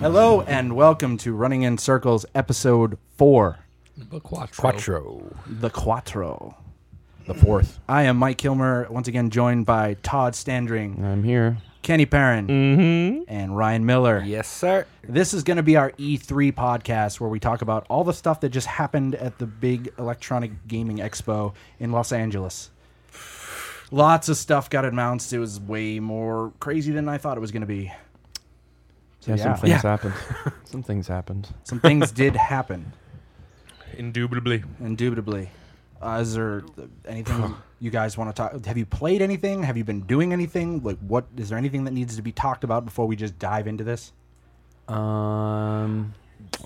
Hello and welcome to Running in Circles, episode four, But Quattro. Quattro. the Quattro. The fourth. I am Mike Kilmer, once again joined by Todd Standring, I'm here. Kenny Perrin, and Ryan Miller. Yes, sir. This is going to be our E3 podcast where we talk about all the stuff that just happened at the big electronic gaming expo in Los Angeles. Lots of stuff got announced. It was way more crazy than I thought it was going to be. Yeah, Yeah. some things happened. some things happened. Some things did happen, Indubitably. indubitably. Uh, is there th- anything you guys want to talk? Have you played anything? Have you been doing anything? Like, what is there anything that needs to be talked about before we just dive into this? Um,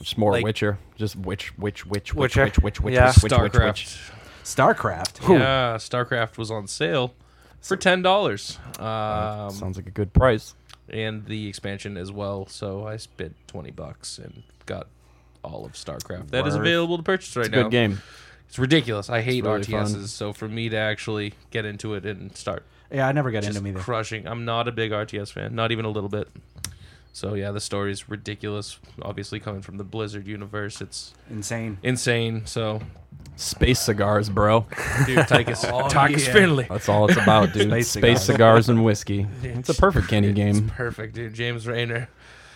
just more Like- Witcher. Just witch, witch, witch, witch, Witcher. witch, witch, witch, Yeah. witch, witch, witch, witch. StarCraft. StarCraft. Yeah, StarCraft was on sale for ten dollars, um, Sounds like a good price. and the expansion as well. So I spent twenty bucks and got all of StarCraft that is Word. available to purchase right It's a now. good game. It's ridiculous. I hate really RTSs. fun. So for me to actually get into it and start Yeah, I never got just into them either. crushing, I'm not a big RTS fan, not even a little bit. So yeah, the story is ridiculous. Obviously, coming from the Blizzard universe, it's Insane. insane. So, Space cigars, bro. dude, Tychus, oh, Tychus yeah. Finley. That's all it's about, dude. Space Space, cigars. cigars. and whiskey. It's a perfect Kenny game. It's perfect, dude. James Rayner.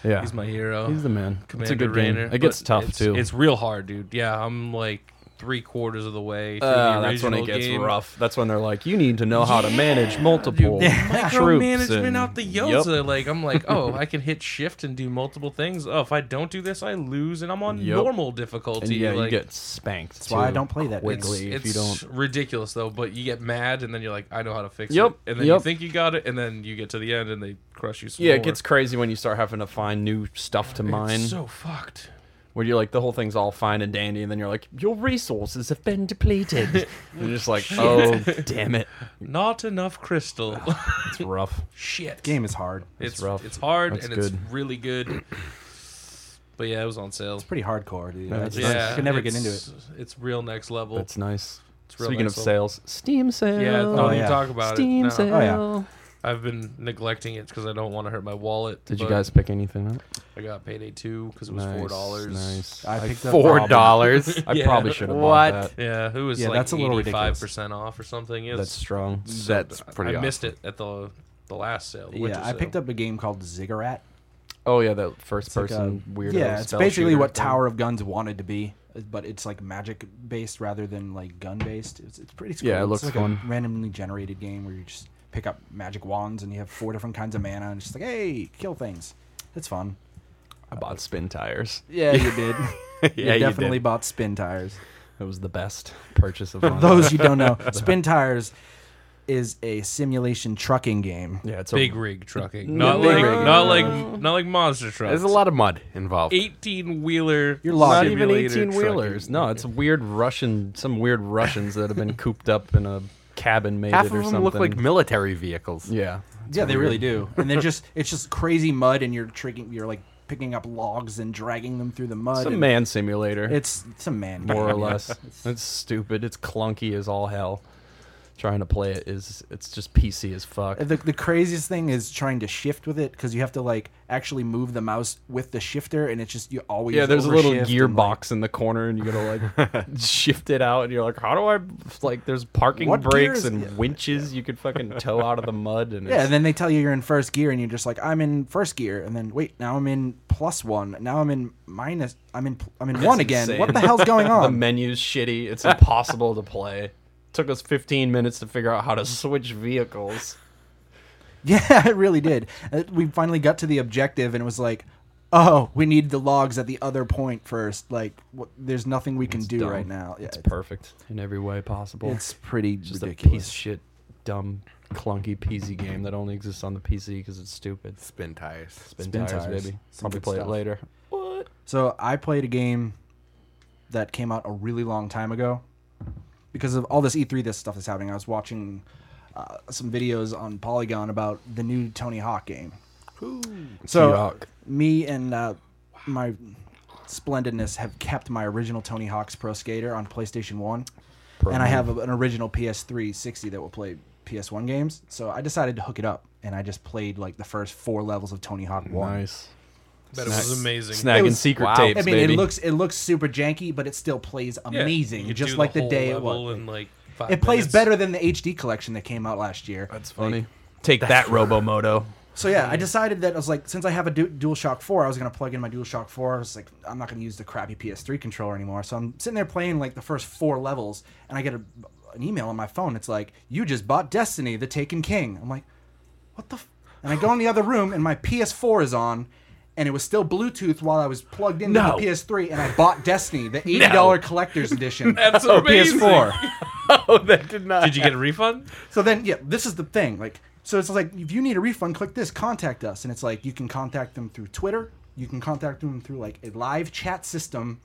Yeah. He's my hero. He's the man. Commander it's a good Rayner. game. It gets but tough it's- too. It's real hard, dude. Yeah, I'm like three quarters of the way. Through Uh, the that's when it original gets game. rough. That's when they're like, you need to know how to manage Dude, multiple troops. micromanagement and- out the Yup. yoza. Like I'm like, oh, I can hit shift and do multiple things. Oh, if I don't do this, I lose, and I'm on Yup. normal And difficulty. yeah, you like, get spanked. That's why I don't play that it's, quickly if you don't. it's ridiculous though. But you get mad, and then you're like, I know how to fix Yup, it, and then you yup. think you got it, and then you get to the end, and they crush you. Some Yeah, more. it gets crazy when you start having to find new stuff to It's mine. so fucked. where you're like, the whole thing's all fine and dandy, and then you're like, your resources have been depleted. you're just like, oh, damn it. Not enough crystal. It's rough. Shit. Game is hard. It's It's rough. It's hard That's and it's good. really good. But yeah, it was on sale. Pretty hardcore, dude. I That's just nice. Yeah, could never get it's- into it. It's real next level. That's nice. it's real Speaking of next level. sales, Steam sale. yeah, don't Oh, even yeah. talk about Steam it. No. Oh, sale. I've been neglecting it because I don't want to hurt my wallet. Did you but guys pick anything up? I got payday two because it was Nice, four dollars. Nice. I picked up four Rob. dollars. I Yeah. probably should have What? bought that. Yeah, who was Yeah, like that's a little eighty-five percent off or something? It was- That's strong. so- That's pretty. I missed it at the the last sale. the winter Yeah, I sale. picked up a game called Ziggurat. Oh yeah, that first It's like person a- weird. Yeah, it's basically what Tower of Guns wanted to be, but it's like magic based rather than like gun based. It's, it's pretty cool. Yeah, it It's looks like fun. a randomly generated game where you just pick up magic wands and you have four different kinds of mana and it's just like, hey, kill things. It's fun. I bought spin tires. Yeah, you did. yeah, you definitely Did. bought spin tires. That was the best purchase of my For life. those you don't know, spin tires is a simulation trucking game. Yeah, it's big a rig trucking, No, not big like rig. not like not like monster trucks. There's a lot of mud involved. 18 wheeler. You're lost. not even 18 wheelers. No, it's weird Russian, some weird Russians that have been cooped up in a cabin made Half it of or them something. look like military vehicles. yeah, yeah, they really do. And they're just it's just crazy mud and you're tricking you're like picking up logs and dragging them through the mud. it's a and man simulator, It's it's a man more or game. less. it's stupid. It's clunky as all hell. Trying to play it is it's just PC as fuck. The, the craziest thing is trying to shift with it because you have to like actually move the mouse with the shifter and it's just you always Yeah, there's a little overshift and, like, gearbox in the corner, and you gotta like shift it out, and you're like, how do I like? There's parking What brakes gears- and yeah, winches you could fucking tow out of the mud, and yeah, it's- and then they tell you you're in first gear and you're just like I'm in first gear and then wait now I'm in plus one now I'm in minus I'm in pl- I'm in one again insane. what the hell's going The on menu's shitty. It's impossible to play. Took us 15 minutes to figure out how to switch vehicles. Yeah, it really did. Uh, We finally got to the objective, and it was like, oh, we need the logs at the other point first. Like, wh- there's nothing we can do dumb. right now. Yeah, It's it's, perfect in every way possible. it's pretty just a piece ridiculous. of shit, dumb, clunky PZ game that only exists on the PC because it's stupid. Spin tires. Spin, Spin tires, tires. baby. Some Probably good play stuff. it later. So I played a game that came out a really long time ago because of all this E3 this stuff that's happening. I was watching uh, some videos on Polygon about the new Tony Hawk game. So Yuck. me and uh, my splendidness have kept my original Tony Hawk's Pro Skater on PlayStation One, and I have a- an original PS3 60 that will play PS1 games. So I decided to hook it up, and I just played like the first four levels of Tony Hawk One. Nice. But it was amazing. Snagging It was- secret wow. tapes, I mean, baby. it looks it looks super janky, but it still plays Yeah, amazing, you could just do like the, whole day it level was. in, like, five It plays minutes. better than the HD collection that came out last year. That's funny. Take that, Robomoto. So yeah, Um, I decided that I was like, since I have a du- DualShock 4, I was gonna plug in my DualShock 4. I was like, I'm not gonna use the crappy PS3 controller anymore. So I'm sitting there playing like the first four levels, and I get a, an email on my phone. It's like, you just bought Destiny: The Taken King. I'm like, what the? F-? And I go in the other room, and my PS4 is on, and it was still Bluetooth while I was plugged into No. the PS3, and I bought Destiny, the eighty dollar collector's edition. That's Oh, amazing. PS4. oh, that did not. Did you get a refund? So then, yeah, this is the thing. Like, so it's like if you need a refund, click this, contact us, and it's like you can contact them through Twitter, you can contact them through like a live chat system,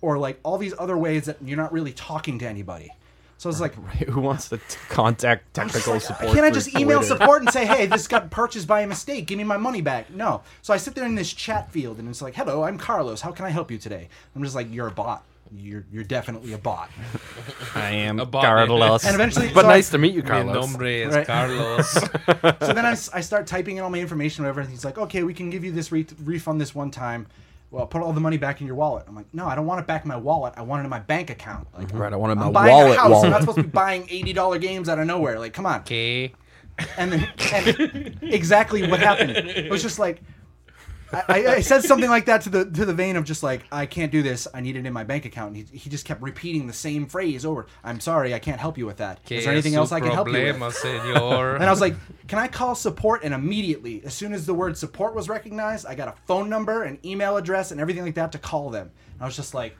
or like all these other ways that you're not really talking to anybody. So it's like, Who wants to t- contact technical support? can't I through just email Twitter? support and say, hey, this got purchased by a mistake, give me my money back? No. So I sit there in this chat field, and it's like, hello, I'm Carlos, how can I help you today? I'm just like, you're a bot. You're you're definitely a bot. I am bot name. Carlos. And eventually, But so I- nice to meet you, Mi Carlos. nombre es Right. Carlos. so then I, s- I start typing in all my information, whatever, and he's like, okay, we can give you this re- refund this one time. Well, put all the money back in your wallet. I'm like, no, I don't want it back in my wallet. I want it in my bank account. Like, Mhm. right, I wanted my I'm buying wallet. a house. I'm wallet. not supposed to be buying eighty dollar games out of nowhere. Like, come on. okay. And then and exactly what happened. It was just like. I, I- I said something like that to the to the vein of just like I can't do this. I need it in my bank account. And he, he just kept repeating the same phrase over. I'm sorry, I can't help you with that. Is there anything else I can help you with? Senor. And I was like, can I call support? And immediately, as soon as the word support was recognized, I got a phone number, an email address, and everything like that to call them. And I was just like,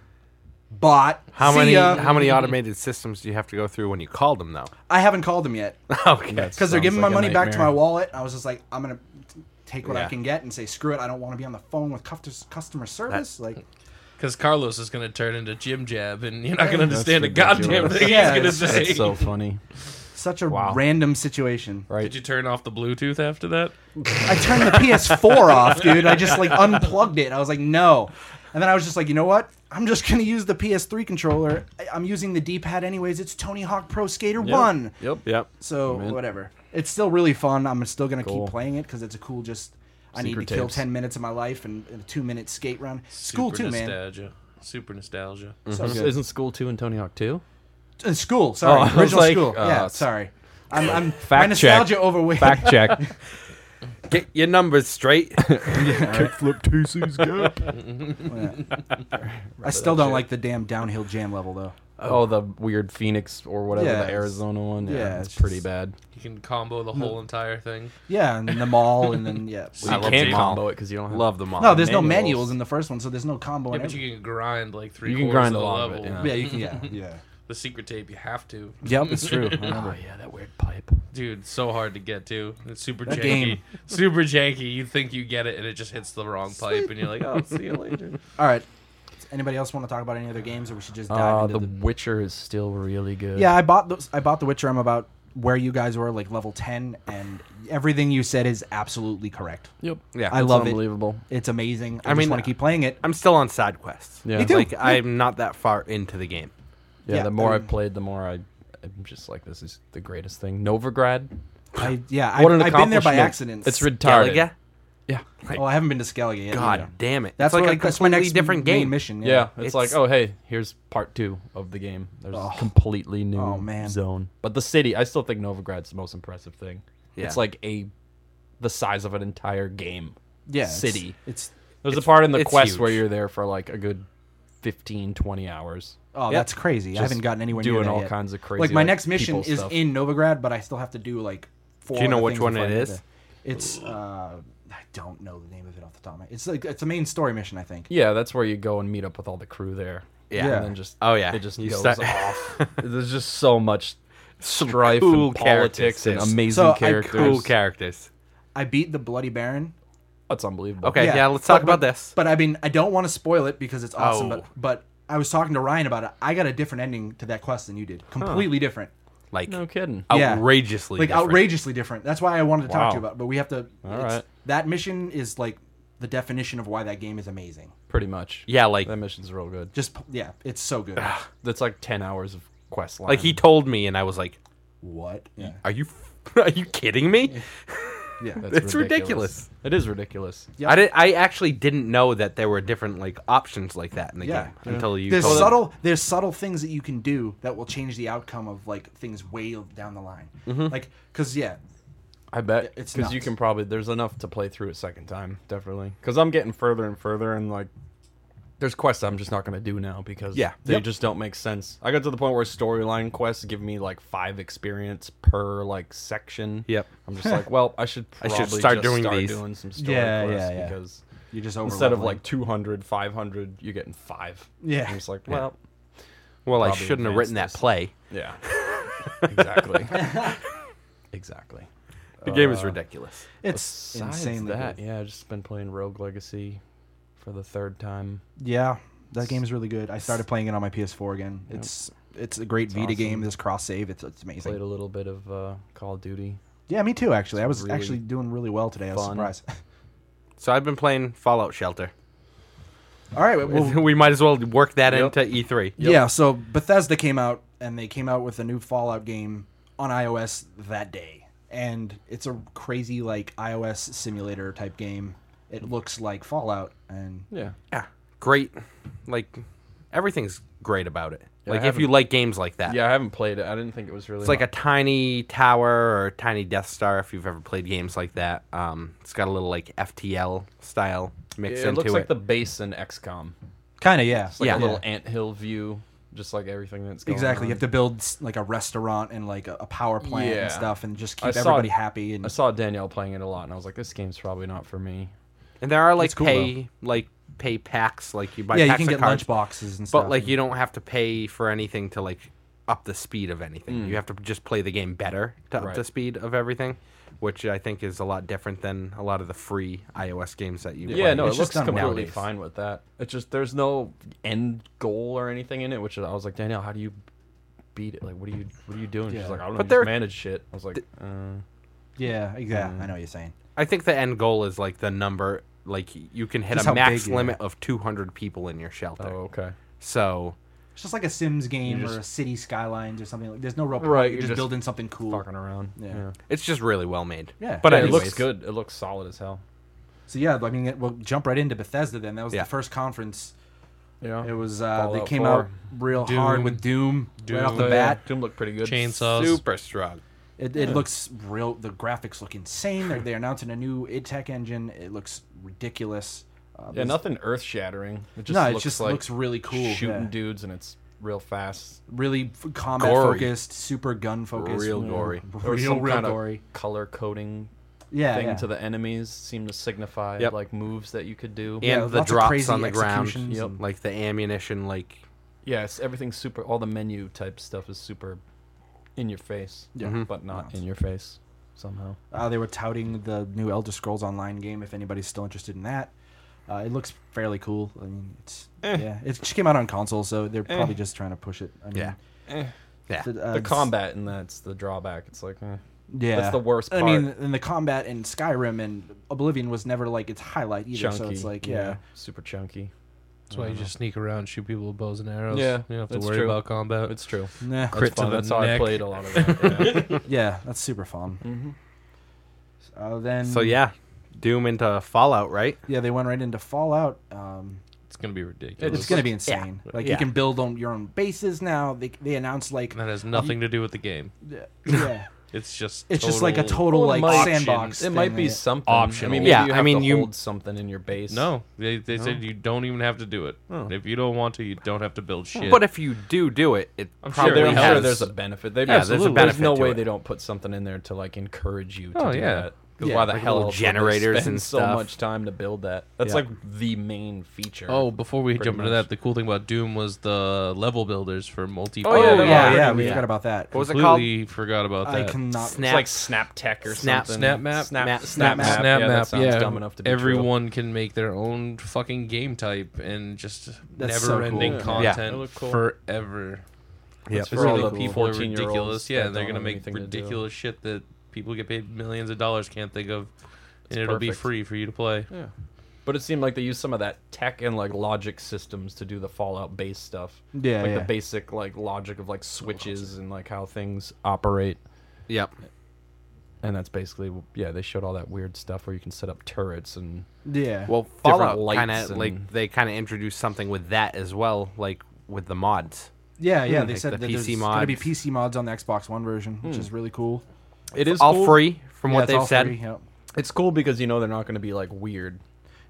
bot. How see many ya." how many automated systems do you have to go through when you called them though? I haven't called them yet okay. because they're Sounds giving like my a money back to my nightmare. wallet. I was just like, I'm gonna t- take what I Yeah. can get and say, screw it. I don't want to be on the phone with cust- customer service. like, Because Carlos is going to turn into Jim Jab, and you're not going to understand a goddamn ridiculous. thing Yeah, he's going to it's- say. That's so funny. such a Wow. random situation. Right. Did you turn off the Bluetooth after that? I turned the PS4 off, dude. I just like unplugged it. I was like, no. And then I was just like, you know what? I'm just gonna use the PS3 controller. I- I'm using the D-pad anyways. It's Tony Hawk Pro Skater One. Yep. Yep. So Amen. whatever. It's still really fun. I'm still gonna Cool. keep playing it because it's a cool. Just I need to Secret kill tapes. ten minutes of my life and, and a two minute skate run. School Super too, man. Mm. nostalgia. Super nostalgia. So good. Mhm. Isn't School 2 and Tony Hawk 2? Uh, school, Oh, I sorry, was original like, school. uh, yeah, s- sorry. I'm, I'm my Fact check. nostalgia overweight. Fact check. Get your numbers straight. Kickflip TC's gap. I still don't like the damn downhill jam level though. oh, the weird Phoenix or whatever, Yeah, the it's- Arizona one. Yeah, yeah, it's it's pretty just- bad. You can combo the whole entire thing. Yeah, and then the mall, and then yeah. I you love can't Jake. combo it because you don't have Love them all. No, there's no manuals. manuals in the first one, so there's no combo. Yeah, and but you can grind like three You can quarters grind of a the lot of it, level. yeah. everything. yeah, you can. Yeah, yeah. The secret tape, you have to. Yep, it's true. I remember. Oh, yeah, that weird pipe. Dude, so hard to get to. It's super That janky. game. Super janky. You think you get it, and it just hits the wrong pipe, and you're like, oh, see you later. All right. Does anybody else want to talk about any other games, or we should just dive Uh, into the, the? Witcher is still really good. Yeah, I bought those. I bought The Witcher. I'm about where you guys were, like level ten, and everything you said is absolutely correct. Yep. Yeah. I it's love it. Unbelievable. It's amazing. I, I just mean, want to keep playing it. I'm still on side quests. Yeah. Me too. Like I'm not that far into the game. Yeah, Yeah, the more I I mean- played, the more I, I'm just like, this is the greatest thing. Novigrad. I, yeah, What an I, I've been there by accomplishment. accident. It's retarded. Galaga? Yeah. Oh, I haven't been to Skellige yet. God either. damn it. That's it's like what- a that's my completely next different main game. mission. Yeah. it's, It's- like, oh hey, here's part two of the game. There's Oh. a completely new Oh, man. zone. But the city, I still think Novigrad's the most impressive thing. Yeah. It's like a, the size of an entire game. yeah, it's- city. It's, There's a part in the it's quest where huge. you're there for like a good 15, 20 hours. oh, that's crazy. I Just haven't gotten anywhere near doing that all yet. kinds of crazy. like my next mission people is stuff. in Novigrad, but I still have to do like four. Do you know other which things one before it I get is? there. It's uh, I don't know the name of it off the top of my. It's like it's a main story mission, I think. Yeah, that's where you go and meet up with all the crew there. Yeah. Yeah. And then just Oh, yeah. it just You goes start- off. There's just so much strife cool and politics characters. and amazing So, I- characters. Cool characters. I beat the Bloody Baron. That's unbelievable. Okay, yeah, Yeah, let's talk but- about this. But I mean, I don't want to spoil it because it's awesome. Oh. But but I was talking to Ryan about it. I got a different ending to that quest than you did. Completely different. Like No kidding. Yeah. outrageously Like different. outrageously different. That's why I wanted to talk to you Wow. about. it, But we have to. All it's- right. That mission is like the definition of why that game is amazing. Pretty much. Yeah, like That mission's real good. Just p- yeah, it's so good. That's like ten hours of quest line. like he told me and I was like, what? Yeah. "Are you f- are you kidding me?" Yeah. That's It's ridiculous. It is ridiculous. Yep. I did, I actually didn't know that there were different like options like that in the Yeah. game until you there's told me. subtle there's subtle things that you can do that will change the outcome of like things way down the line. Mm-hmm. Like cuz yeah, I bet It's because you nuts. can probably there's enough to play through a second time, definitely. Because I'm getting further and further, and like there's quests I'm just not gonna do now because Yeah. they Yep. just don't make sense. I got to the point where storyline quests give me like five experience per like section. Yep. I'm just like, well, I should I probably should start start doing doing these. doing some story Yeah, quests yeah, yeah. because you're just over instead of like 200, 500, you're getting five. Yeah. I'm just like, Yeah. well, Well, I Probably shouldn't have advanced written that this. play. yeah, exactly, exactly. The game is ridiculous. it's Besides insanely that, good. yeah, I've just been playing Rogue Legacy for the third time. Yeah, that game is really good. I started playing it on my PS4 again. It's it's a great Vita awesome. game. This cross save, it's it's Played amazing. a little bit of uh, Call of Duty. Yeah, me too. Actually, I was really actually doing really well today. I was fun. surprised. So I've been playing Fallout Shelter. All right, well, we might as well work that Yep. into E E3. yeah. So Bethesda came out and they came out with a new Fallout game on iOS that day, and it's a crazy like iOS simulator type game. It looks like Fallout, and Yeah, Yeah. Great. Like everything's great about it. Yeah, I like if you haven't- like games like that. yeah, I haven't played it. I didn't think it was really. It's like a tiny tower or a tiny Death Star if you've ever played games like that. Um, it's got a little like FTL style mix It into looks it. like the base in XCOM. kind of yeah, It's like Yeah. a little ant hill view, just like everything that's going exactly. You on. have to build s- like a restaurant and like a, a power plant Yeah. and stuff, and just I keep saw- everybody happy. And I saw Danielle playing it a lot, and I was like, this game's probably not for me. and there are like It's cool, pay like pay packs like you buy yeah, you packs can of get cards, lunch boxes and stuff. but like you don't have to pay for anything to like up the speed of anything. You have to just play the game better to Mm. Right. up the speed of everything, which I think is a lot different than a lot of the free iOS games that you Yeah, play. no, It's it just looks done well. completely Nowadays. fine with that. It's just there's no end goal or anything in it, which I was like, Danielle, how do you beat it? Like, what are you, what are you doing? Yeah. She's like, I don't But know, there- just manage shit. I was like, uh, Yeah, Mm. exactly. I know what you're saying. I think the end goal is like the number like you can hit Just a how max big you limit of 200 people in your shelter. oh, okay. So It's just like a Sims game You're or a just- City Skylines or something. Like, there's no real Right, right. You're, you're just, just building something cool. Fucking around. Yeah. it's just really well made. Yeah. but Yeah, anyways, it looks good. It looks solid as hell. So yeah, I mean, it- we'll jump right into Bethesda. Then that was Yeah. the first conference. Yeah. It was uh, they Fallout came 4. out real hard with Doom, right off the Doom. bat. Doom looked pretty good. Chainsaws. Super strong. It, it looks real. The graphics look insane. They're, they're announcing a new id Tech engine. It looks ridiculous. Uh, Yeah, there's- nothing earth shattering. It just no, looks it just like looks really cool. shooting yeah. dudes, and it's real fast. Really f- combat Gory. focused, super gun focused. Real Yeah. gory. There was Real, some real kind gory. of color coding Yeah. thing yeah. to the enemies seemed to signify Yep. like moves that you could do. And Yeah, the lots of drops crazy on the ground, executions and- like the ammunition, like Yes, everything's super. All the menu type stuff is super in your face, Yeah. but not No. in your face somehow. Uh, they were touting the new Elder Scrolls Online game. If anybody's still interested in that, uh, it looks fairly cool. I mean, it's Eh. yeah, it just came out on console, so they're probably just trying to push it. I mean, Yeah. yeah, th- uh, the s- combat in that's the drawback. It's like, eh. yeah, that's the worst I mean, part. and the combat in Skyrim and Oblivion was never like its highlight either. chunky. So it's like, yeah, super chunky. That's why you just sneak around, shoot people with bows and arrows. Yeah, you don't have to that's worry true. about combat. It's true. nah, that's Crit to fun. the That's how I neck. played a lot of that. yeah. yeah, that's super fun. Mm-hmm. Uh, then So yeah, Doom into Fallout, right? yeah, they went right into Fallout. Um, It's gonna be ridiculous. it's gonna be insane. Like you Yeah. can build on your own bases now. They they announced like That has nothing to do with the game. yeah. It's just It's just like a total Well, it like might- sandbox. It might thing be that- something. Optional. I mean, maybe Yeah, you I have mean, to you- hold something in your base. No, they, they said you don't even have to do it. If you don't want to, you don't have to build shit. But if you do do it, it I'm sure probably Sure, there- I'm It sure has. there's a benefit. They, there's a absolutely. benefit no to way it. they don't put something in there to like encourage you to Oh, do yeah. that. 'Cause Yeah, why the like hell little else would they generators spend and so stuff. much time to build that? That's Yeah. like the main feature. oh, before we Pretty jump into much. that, the cool thing about Doom was the level builders for multiplayer. Oh, yeah, Oh, they yeah, are. yeah, we Yeah. forgot about that. What was it called? Completely forgot about I that. cannot. it's Snap. like Snap Tech or Snap- something. Snap Map? Snap Map- Snap Snap Map. Snap Yeah, map, that yeah. sounds dumb enough to be true. Everyone can make their own fucking game type and just That's so never-ending cool. Yeah. content It looked cool. forever. Yeah. It's For all really the cool. people are 14-year-olds ridiculous. that Yeah, they're don't gonna have make anything to do. ridiculous shit that people get paid millions of dollars can't think of, and it'll be perfect. free for you to play. Yeah. But it seemed like they used some of that tech and like logic systems to do the Fallout based stuff. Yeah, Like yeah. the basic like logic of like switches and like how things operate. Yep. and that's basically yeah. They showed all that weird stuff where you can set up turrets and Yeah. Well, Different Fallout lights kind of and- like they kind of introduced something with that as well, like with the mods. yeah, yeah. They like said the that there's PC going to be mods. PC mods on the Xbox One version, which is really cool. it is all cool. free from Yeah, what it's they've all said. free, yep. It's cool because you know they're not going to be like weird.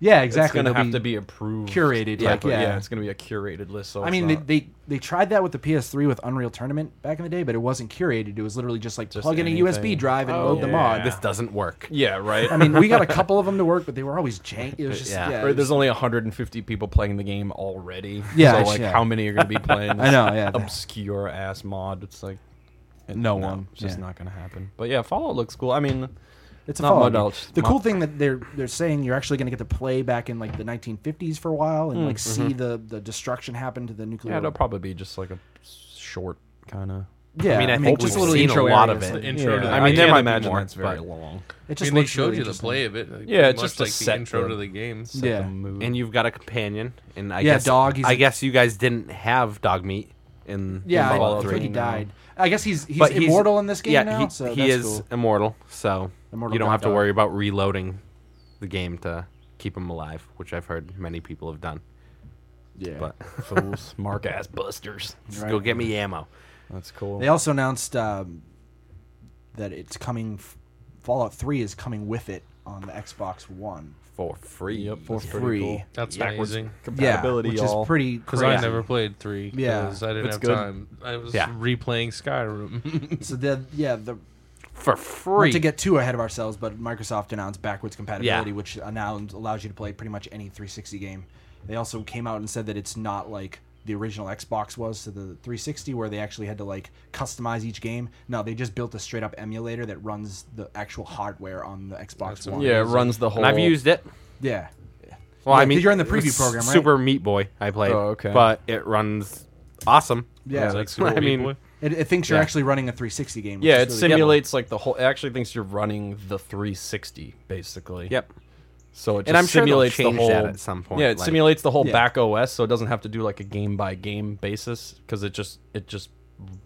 Yeah, exactly. It's going they'll to have to be approved, curated, like, type of- yeah. it's going to be a curated list. So I it's mean, they, not- they they tried that with the PS3 with Unreal Tournament back in the day, but it wasn't curated. It was literally just like Just plug in a USB anything. drive and load the yeah. mod. This doesn't work. yeah, right. I mean, we got a couple of them to work, but they were always jank. It was just yeah. Yeah. it Or was- there's only 150 people playing the game already. Yeah, so it's- like yeah. how many are going to be playing? I know, yeah. obscure ass mod. It's like No one, It's just yeah. not going to happen. But yeah, Fallout looks cool. I mean, It's Not Fallout much game. else. The Mu- cool thing that they're they're saying you're actually going to get to play back in like the 1950s for a while Mm, and like see mm-hmm. the the destruction happen to the nuclear. yeah, it'll probably be just like a short kind of. Yeah, I mean, I think just we've little seen a intro lot areas, of it. like- The intro to the- I mean, I there can't might imagine imagine it's that's very but- long. It I just mean, they looks showed really you the interesting. play of it. like, Yeah, it's much just a like the set intro build. to the game. So- Yeah. The mood. And you've got a companion, and I Yeah, guess dog, he's I a- guess you guys didn't have dog meat in Yeah, I- I Fallout Fallout think he Three. 3. died. I guess he's he's But he's- immortal in this game yeah, now. he, so he that's is cool. immortal, so Immortal you don't dog have to dog. worry about reloading the game to keep him alive, which I've heard many people have done. Yeah. But fools, mark ass busters. just go get me ammo. That's cool. They also announced um, that it's coming. f- Fallout 3 is coming with it on the Xbox One For free. Yep, for that's pretty free. cool. That's Backwards. amazing. Compatibility, yeah, which y'all. is pretty Because crazy. I never played three. Yeah. 'cause I didn't It's have good. time. I was Yeah. replaying Skyrim. So the yeah the For not free. to get too ahead of ourselves, but Microsoft announced backwards compatibility, Yeah. which announced, allows you to play pretty much any 360 game. They also came out and said that it's not like the original Xbox was to the 360, where they actually had to like customize each game. No, they just built a straight up emulator that runs the actual hardware on the Xbox That's One. yeah, it amazing. runes the whole. and I've used it. yeah, Well, Yeah, I mean, 'cause you're in the it was preview program, right? Super Meat Boy, I played. Oh, okay. But it runs awesome. yeah. Like, that's Super cool. I mean, Meat Boy. It, it thinks you're Yeah. actually running a 360 game. which Yeah, is it really simulates like the whole. It actually thinks you're running the 360 basically. Yep. So it just And I'm sure they'll simulates the change whole. that at some point, Yeah, it like- simulates the whole Yeah. back OS, so it doesn't have to do like a game by game basis because it just it just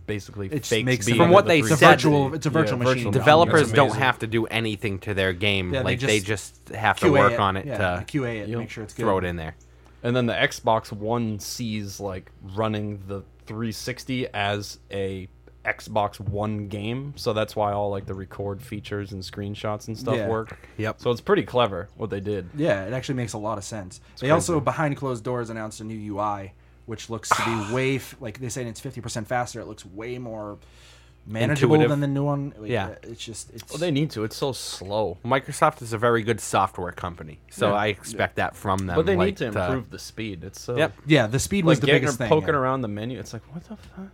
basically It just fakes makes it being From in what the they It's a 360. said- virtual. It's a Yeah, virtual virtual machine. down. Developers That's don't amazing. have to do anything to their game. Yeah, they like, they just have to QA work it, on it yeah, to QA it, Yep. make sure it's good. throw it in there. And then the Xbox One sees like running the 360 as a Xbox One game, so that's why all like the record features and screenshots and stuff Yeah. work. Yep. So it's pretty clever what they did. Yeah, it actually makes a lot of sense. they also behind closed doors announced a new UI, which looks to be way f- like they say it's fifty percent faster. It looks way more manageable Intuitive. than the new one. Like, Yeah. uh, it's just it's Well, they need to. It's so slow. Microsoft is a very good software company, so Yeah. I expect that from them. But they like, need to improve the speed. It's so Yep. yeah. The speed like was the getting biggest or thing. poking yeah. around the menu. It's like what the fuck?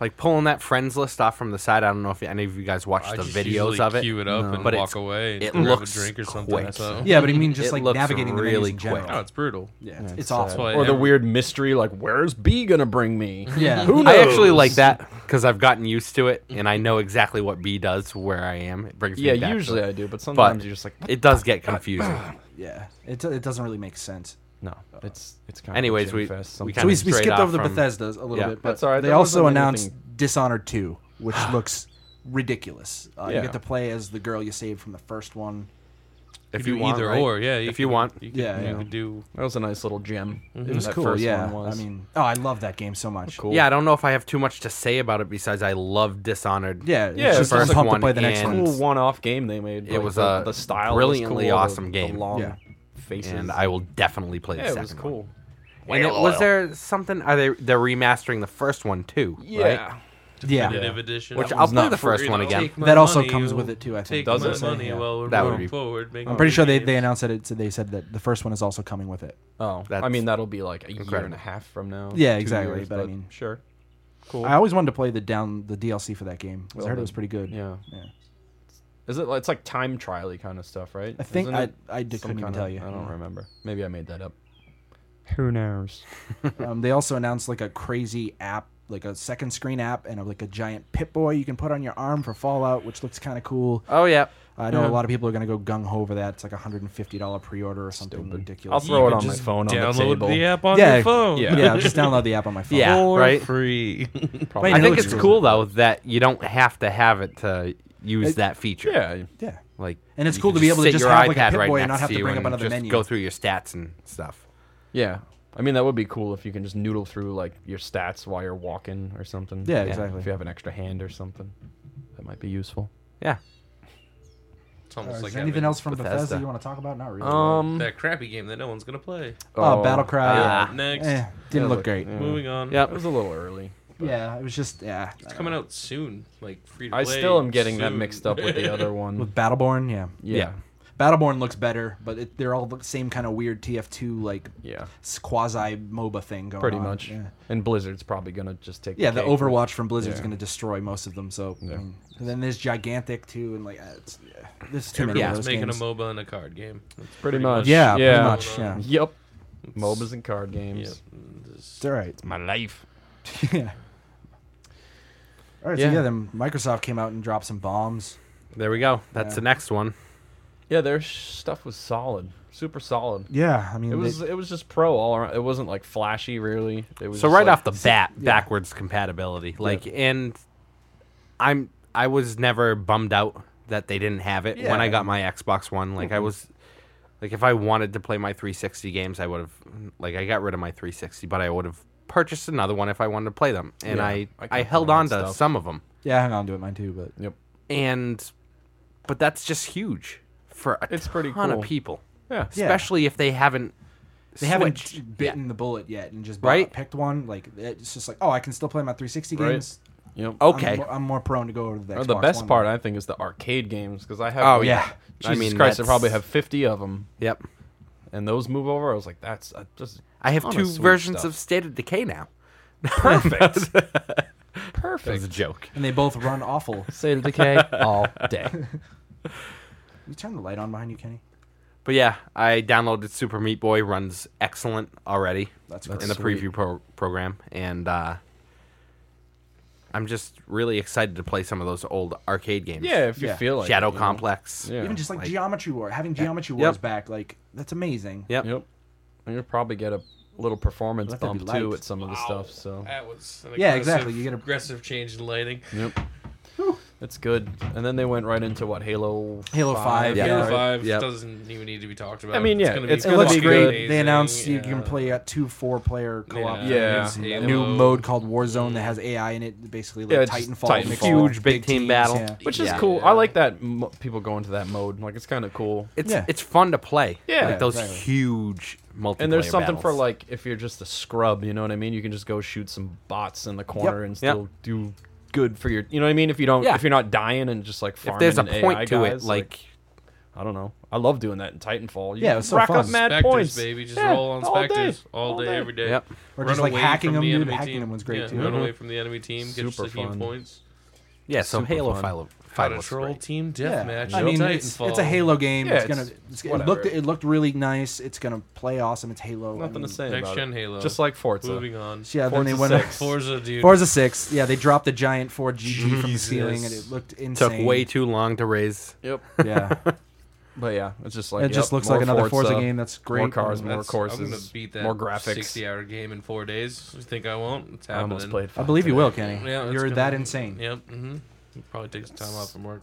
like pulling that friends list off from the side. I don't know if any of you guys watched I the just videos usually of it, Queue it up and but walk it's- away. And it grab looks a drink or something. quick. So. Yeah, but I mean just It like looks navigating the menus really in general. quick. Oh. No, it's brutal. Yeah, it's, it's sad. awful. why Or the every- weird mystery, like where's B gonna bring me? Yeah. Who knows? I actually like that because I've gotten used to it and I know exactly what B does where I am. It brings Yeah, me back. to usually it. I do, but sometimes But- you're just like it does get confusing. Yeah, it, do- it doesn't really make sense. no. It's it's kind Anyways, of we- we So kinda- we, we Kinda straight skipped off over the from- Bethesda's a little Yeah. bit, but That's all right. they That also wasn't announced anything- Dishonored 2, which looks ridiculous. Uh, You Yeah. get to play as the girl you saved from the first one. If You you do want, either right? or, yeah. If you want. you Yeah, can, yeah. you can do. that was a nice little gem. It was That cool, first yeah. one was. I mean, oh, I love that game so much. Cool. Yeah, I don't know if I have too much to say about it besides I love Dishonored. Yeah, it's Yeah, just it's I'm just the pumped to one play the next one. and- cool one-off game they made. It like, was the, a the style, was brilliantly cool, the- awesome the game. long Yeah. faces, and I will definitely play the yeah, it second was cool. one. And it, was there something? Are they they're remastering the first one too? Yeah, right? Yeah, Definitive edition. Which That I'll was play not the free, first one free, though. again. Take my That also money, comes uh, you- with it, too, I think. Take Does my it? money Yeah. while we're That would moving be- forward. make I'm pretty sure they, more they games. announced that it. They said that the first one is also coming with it. Oh, I That's mean that'll be like a year and incredible. a half from now. Yeah, two exactly, years, but I mean- sure, cool. I always wanted to play the down the DLC for that game. 'cause I Well, heard it then, was pretty good. yeah, Yeah. is it? It's like time trial kind of stuff, right? I think Isn't I, it I d- some couldn't even kinda- tell you. I don't remember. Maybe I made that up. Who knows? Um, they also announced like a crazy app, like a second screen app, and a, like a giant pit boy you can put on your arm for Fallout, which looks kind of cool. Oh yeah. I know a lot of people are gonna go gung ho over that. It's like a hundred and fifty dollar pre order or something I'll ridiculous. throw it could on my just phone on the Download table. the app on Yeah, your phone. yeah. yeah, just download the app on my phone. Yeah, For right? free. Wait, I it think looks it's cool though that you don't have to have it to use It- that feature. Yeah. Yeah. Like, And it's you cool can to be able to sit just your have, like, a iPad Pip Boy and not next have to you bring up another just menu. Go through your stats and stuff. Yeah. I mean, that would be cool if you can just noodle through like your stats while you're walking or something. Yeah, exactly. If you have an extra hand or something, that might be useful. Yeah. It's almost is like there anything having else from Bethesda. Bethesda. you want to talk about? Not really. Um. That crappy game that no one's gonna play. oh, Battlecry. yeah. uh, Next. eh, didn't look great. Yeah. Moving on. Yep. It was a little early. Yeah, it was just yeah. Uh, It's coming out soon. Like free to I play still am getting that soon. mixed up with the other one. With Battleborn, yeah. Yeah. Battleborn looks better, but it, they're all the same kind of weird TF2 like Yeah. quasi MOBA thing going Pretty on. much. Oh, Yeah, And Blizzard's probably gonna just take. yeah the cake. Overwatch from Blizzard's Yeah. going to destroy most of them. So, I Yeah. mean, and then there's Gigantic too, and like uh, it's, yeah, there's too many of Everyone's those making games. a MOBA and a card game. That's Pretty much. yeah, Yeah. pretty much. Yeah, Yep. MOBAs and card games. it's all right. My life. yeah. All right, Yeah. so yeah, then Microsoft came out and dropped some bombs. There we go. That's Yeah. the next one. Yeah, their sh- stuff was solid, super solid. Yeah, I mean, It was it was just pro all around. It wasn't like flashy really. It was So just right like- off the bat, backwards compatibility. Like, and I'm I was never bummed out that they didn't have it when I Yeah. got my Xbox One. Like I Mm-hmm. was, like if I wanted to play my 360 games, I would have. Like I got rid of my 360, but I would have purchased another one if I wanted to play them. And Yeah, I I I, can't held find on to stuff. some of them. yeah, I hung on to it, mine too, but Yep. And, but that's just huge for a It's pretty ton cool. of people, Yeah. Yeah. especially if they haven't. they haven't switched. t- bitten the bullet yet and just bought- Right? picked one. Like it's just like, oh, I can still play my 360 Right. games. Yep. Yeah. Okay. I'm, more- I'm more prone to go over to the. Or Uh, Xbox Oh, the best One. part, I think, is the arcade games because I have. Oh, like, yeah. Jesus I mean, Christ, I that's- probably have fifty of them, Yep. and those move over. I was like, that's uh, just. I have ton two sweet versions stuff. of State of Decay now. perfect. That was perfect. a joke. and they both run awful. State of Decay all day. You turn the light on behind you, Kenny. But yeah, I downloaded Super Meat Boy. Runs excellent already. That's in the great. preview pro- program, and uh, I'm just really excited to play some of those old arcade games. Yeah, if you Yeah. feel like Shadow it, you know. Complex. Yeah. Even just like, Like- Geometry War, having Geometry Wars Yep. back, like that's amazing. Yep. Yep. And you'll probably get a little performance Let there be bump light. too at some of the stuff. So That was an Yeah, aggressive- exactly, you get a- aggressive change in lighting. Yep. That's good. And then they went right into what Halo Halo Five, Yeah. yeah. Halo right. Five Yep. doesn't even need to be talked about. I mean, yeah, it's It gonna looks be fucking great. good. They announced you yeah. can play a two four player co op. Yeah. a Halo. new mode called Warzone that has AI in it. Basically, like Yeah, it's just Titanfall, Titanfall. mixed Huge with big team teams, battle. yeah. which is Yeah. cool. Yeah. I like that mo- people go into that mode. Like it's kind of cool. It's Yeah. it's fun to play. Yeah, like those exactly. huge multiplayer. And there's something for battles. like if you're just a scrub, you know what I mean? You can just go shoot some bots in the corner Yep. and still do good for your. You know what I mean? If you don't, Yeah. if you're not dying and just like farming if there's a and point AI to it, guys, like I don't know. I love doing that in Titanfall. You Yeah, it was so rack up fun. mad Spectres, points, baby. Just Yeah, roll on all day. specters all, day, every day. Yep. Or just, like, away hacking from them, the dude. enemy Hacking team. them was great, Yeah, too. Run Mhm. away from the enemy team, get Super your team fun. points. yeah. So super Halo fun. Philo. How Philo to troll team Yeah, deathmatch. I no mean it's, Titanfall. it's a Halo game. Yeah, it's it's- gonna it's, it whatever. looked it looked really nice. It's gonna play awesome. It's Halo. I Nothing to mean, say Next about gen it. Halo. Just like Forza. Moving on. Yeah, then they Forza went six. Forza, dude. Forza six. Yeah, they dropped the giant four GG from the Jesus. ceiling, and it looked insane. Took way too long to raise. Yep. Yeah, But yeah, it's just like it just yep, looks more like another Forza, Forza, game. That's great. More cars, Um, more That's- I'm gonna courses, beat that more graphics. 60 hour game in four days. You think I won't? It's I happening. almost played. I five believe you today. will, Kenny. Yeah, it's You're gonna- that insane. Yeah. Yep. Mm-hmm. Probably take some time off from work.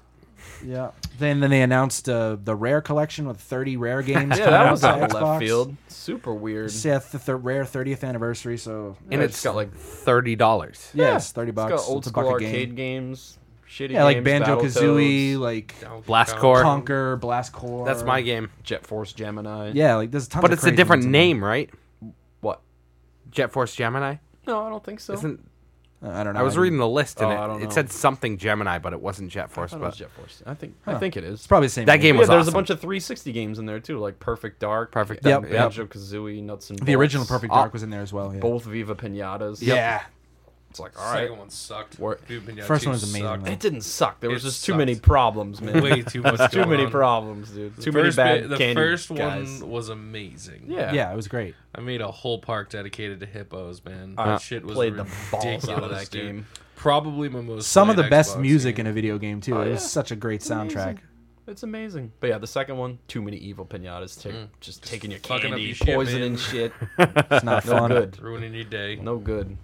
Then then they announced uh, the Rare collection with 30 Rare games. Yeah, coming that was to out of Xbox. left field. Super weird. It's, Yeah, the, the Rare 30th anniversary. So And Yeah, it's it's got, like- thirty dollars. yeah, it's 30 bucks. It's got old it's a school bucket arcade game. games, shitty Yeah, like games, Banjo Kazooie, Battletoads, like Donkey Blast Kong. Core. Conquer, Blast Core. That's my game. Jet Force Gemini. Yeah, like there's tons. But of it's a crazy different ones in there. name, right? What? Jet Force Gemini. No, I don't think so. Isn't Uh, I don't know. I was didn't- reading the list and Oh, it, I don't it know. said something Gemini, but it wasn't Jet I Force. thought it But was Jet Force. I think I think it is. It's probably the same. That name. game yeah, was there's a awesome. bunch of 360 games in there too, like Perfect Dark, Perfect Yep. Dark, Banjo Kazooie, Nuts and The Bolts, original Perfect Oh. Dark was in there as well. Yeah. both Viva Pinatas. Yeah. it's like all Second right, one sucked. Work. Dude, Pinata First 2 one was amazing, sucked. though. it didn't suck. There was It just too many sucked. problems, man. Way too much. too going many on. problems, dude. Too many First bad bit- The candy first guys. one was amazing. Yeah. Yeah, it was great. I made a whole park dedicated to hippos, man. I that shit was played the balls out ridiculous, of that dude. game. Probably my most Some of the played best Xbox music game. in a video game too. Oh, It was yeah. such a great soundtrack. Amazing. It's amazing. But yeah, the second one, too many evil pinatas, ta- just taking Mm. your fucking up candy, your shit, poisoning man. shit. It's not No fun. good. ruining your day. No good.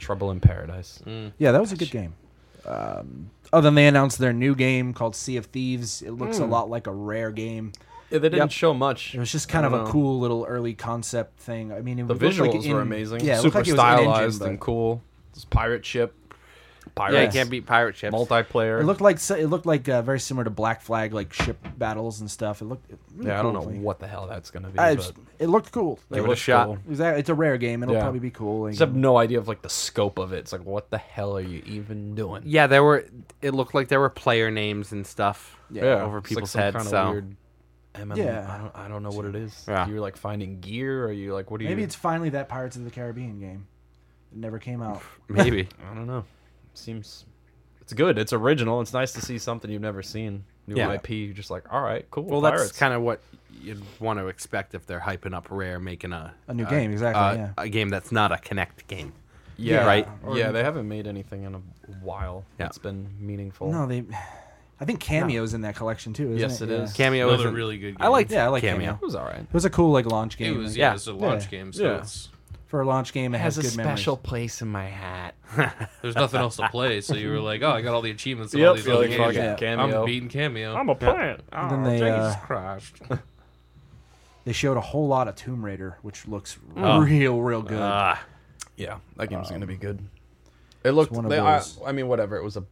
Trouble in paradise. Yeah, that was a good game. Um, oh, then they announced their new game called Sea of Thieves. It looks a Hmm. lot like a rare game. Yeah, they didn't show much. It was just kind of a know. cool little early concept thing. I mean, it The looked like visuals in- were amazing. Yeah, it looked super like it was in-engine, stylized but- and cool. This pirate ship, pirate Yeah, you Yes. can't beat pirate ships. multiplayer. It looked like it looked like uh, very similar to Black Flag, like ship battles and stuff. It looked it looked yeah, I don't know cool to me. what the hell that's gonna be. I but just- Uh, it looked cool. they it a looked shot. cool. Exactly, it's a rare game. It'll Yeah. probably be cool. Just have no idea of like the scope of it. It's like, what the hell are you even doing? Yeah, there were. It looked like there were player names and stuff Yeah. over It's like people's some heads. kinda So weird MMO. Yeah. I don't, I don't know what it is. Yeah. You're like finding gear. Or you like, what are you? Maybe it's finally that Pirates of the Caribbean game. It never came out. maybe I don't know. Seems it's good. It's original. It's nice to see something you've never seen. New Yeah. IP. You're just like, all right, cool. Well, pirates. that's kind of what you'd want to expect if they're hyping up Rare, making a A new game, exactly, a- yeah. a game that's not a Connect game. yeah, right? Yeah, they haven't made anything in a while. Yeah. It's been meaningful. No, they. I think cameos in that collection too. Isn't Yes, it it Yeah. is. Cameo Another is really good I game. liked. Yeah, I like Cameo. Cameo. it was all right. It was a cool like launch It game. was like, yeah, yeah, it was a launch yeah. game, so Yeah. it's, For a launch game, it, has, good memories. place in my hat. there's nothing else to play. So you were like, oh, I got all the achievements and Yep, all these you're other like, games. fucking Cameo. I'm beating cameo. a plant. Oh, And then they uh, crashed. they showed a whole lot of Tomb Raider, which looks real, real good. Ah, Yeah, that game's gonna be good. It looked. Um, one of they- I, those- I mean, whatever. It was a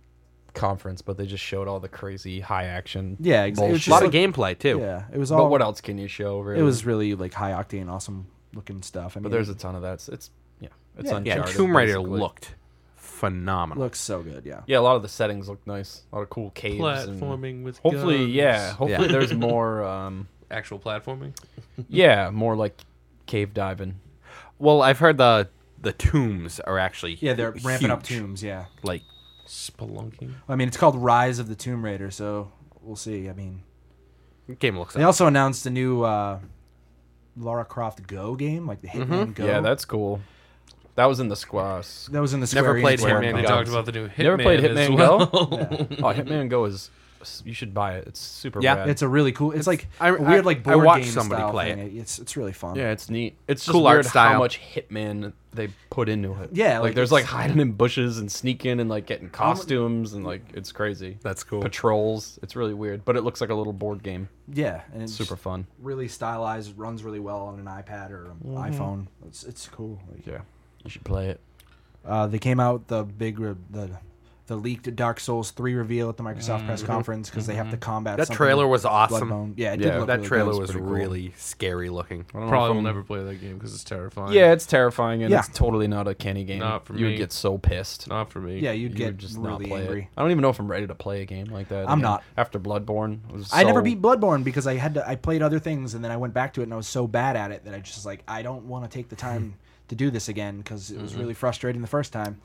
conference, but they just showed all the crazy high action. Yeah, ex- it was bullshit. a lot just of gameplay too. yeah, it was all. But what else can you show? Really? It was really like high octane, awesome looking stuff. I mean, But there's a ton of that. It's, it's yeah. It's Yeah. Yeah, Yeah, uncharted. Tomb Raider basically. looked phenomenal. looks so good. Yeah, Yeah, a lot of the settings look nice. A lot of cool caves. and- platforming with Hopefully, guns. yeah. Hopefully, there's more. Um, actual platforming. yeah, more like cave diving. Well, I've heard the the tombs are actually yeah, they're ramping up huge. tombs. Yeah, Like Spelunking. I mean, it's called Rise of the Tomb Raider, so we'll see. I mean, the game looks. they also announced a new uh, Lara Croft Go game, like the Mm-hmm. Hitman Go. Yeah, that's cool. That was in the squash. that was in the Square Never played Enix Hitman one. They Go. talked about the new Hitman. You ever played as Hitman well. Go? oh, Hitman Go is you should buy it. It's super. Yeah, rad. It's a really cool. It's, like I- a weird like I- I board watched game somebody style play thing. It's it's really fun. yeah, it's neat. It's just Cool art weird style. how much Hitman they put into it. Yeah, like, like, there's like it's- hiding in bushes and sneaking and like getting costumes and like it's crazy. That's cool. Patrols. It's really weird, but it looks like a little board game. yeah, and it's Super fun. really stylized. Runs really well on an iPad or an Mm-hmm. iPhone. It's it's cool. Like, Yeah, you should play it. Uh, they came out the big re- the the leaked Dark Souls three reveal at the Microsoft press conference because they have to combat Mm-hmm. That something trailer was with awesome. Bloodbone. Yeah, it did Yeah. look that really trailer good. was pretty cool. really scary looking. I don't know if Probably will I'm- never play that game because it's terrifying. Yeah, it's terrifying and Yeah. it's totally not a canny game. Not for you me. would get so pissed. not for me. yeah, you'd You get would just not really play angry. it. I don't even know if I'm ready to play a game like that. I'm again. not. After Bloodborne, it was I never so- beat Bloodborne because I had to. I played other things and then I went back to it and I was so bad at it that I just was like I don't want to take the time to do this again because it was really frustrating the first time. Mm-hmm.